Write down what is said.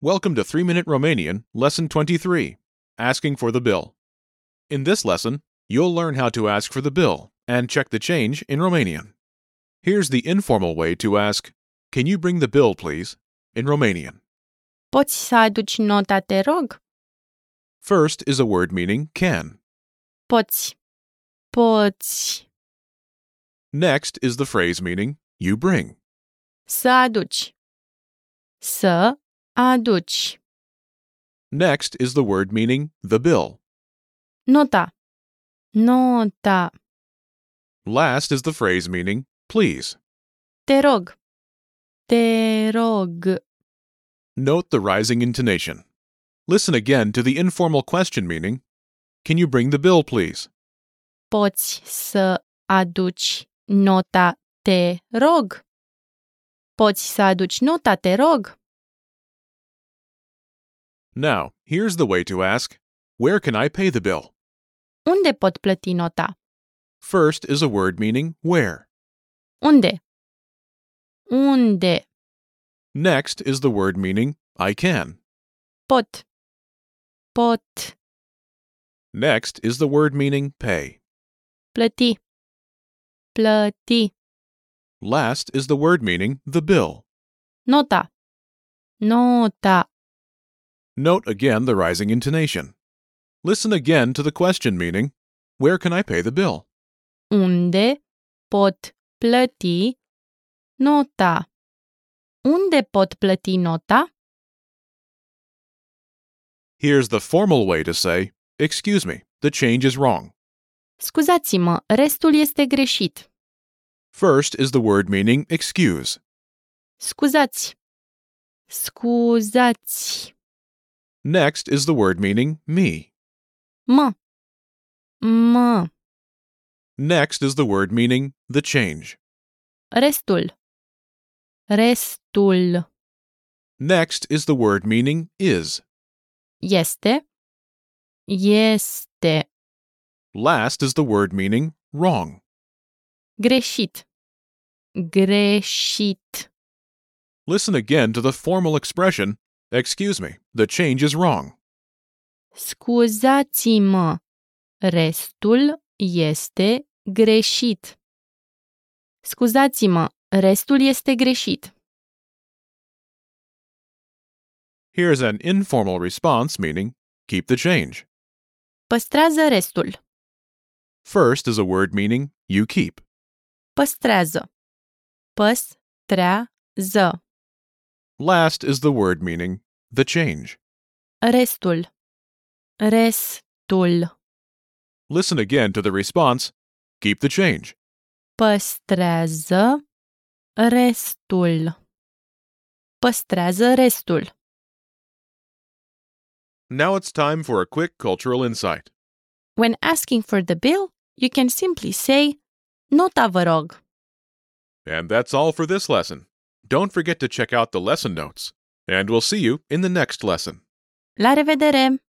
Welcome to 3 Minute Romanian, Lesson 23 Asking for the Bill. In this lesson, you'll learn how to ask for the bill and check the change in Romanian. Here's the informal way to ask, Can you bring the bill, please? in Romanian. Poți să aduci nota, te rog? First is a word meaning can. Poți. Poți Next is the phrase meaning you bring. să aduci. Să aduci. Next is the word meaning the bill. Nota. Nota. Last is the phrase meaning please. Te rog. Te rog. Note the rising intonation. Listen again to the informal question meaning Can you bring the bill, please? Poți să aduci nota, te rog? Poți să aduci nota, te rog? Now, here's the way to ask Where can I pay the bill? Unde pot plăti nota? First is a word meaning where. Unde? Unde Next is the word meaning I can. pot? Pot Next is the word meaning pay. plăti. Plăti. Last is the word meaning the bill. Nota. Nota. Note again the rising intonation. Listen again to the question meaning Where can I pay the bill? Unde pot plăti nota? Unde pot plăti nota? Here's the formal way to say, Excuse me, the change is wrong. Scuzați-mă, restul este greșit. First is the word meaning excuse. Scuzați. Scuzați. Next is the word meaning me. Mă. Mă. Next is the word meaning the change. Restul. Restul Next is the word meaning is. este. Este Last is the word meaning wrong. greșit. Greșit. Listen again to the formal expression, Excuse me, the change is wrong. Scuzați-mă, restul este greșit. Scuzați-mă, restul este greșit. Here's an informal response meaning keep the change. Păstrează restul. First is a word meaning you keep. Păstrează. Păstrează. Last is the word meaning the change. Restul. Restul. Listen again to the response keep the change. Păstrează restul. Păstrează restul. Now it's time for a quick cultural insight. When asking for the bill, you can simply say, Nota vă rog. And that's all for this lesson. Don't forget to check out the lesson notes, and we'll see you in the next lesson. La revedere!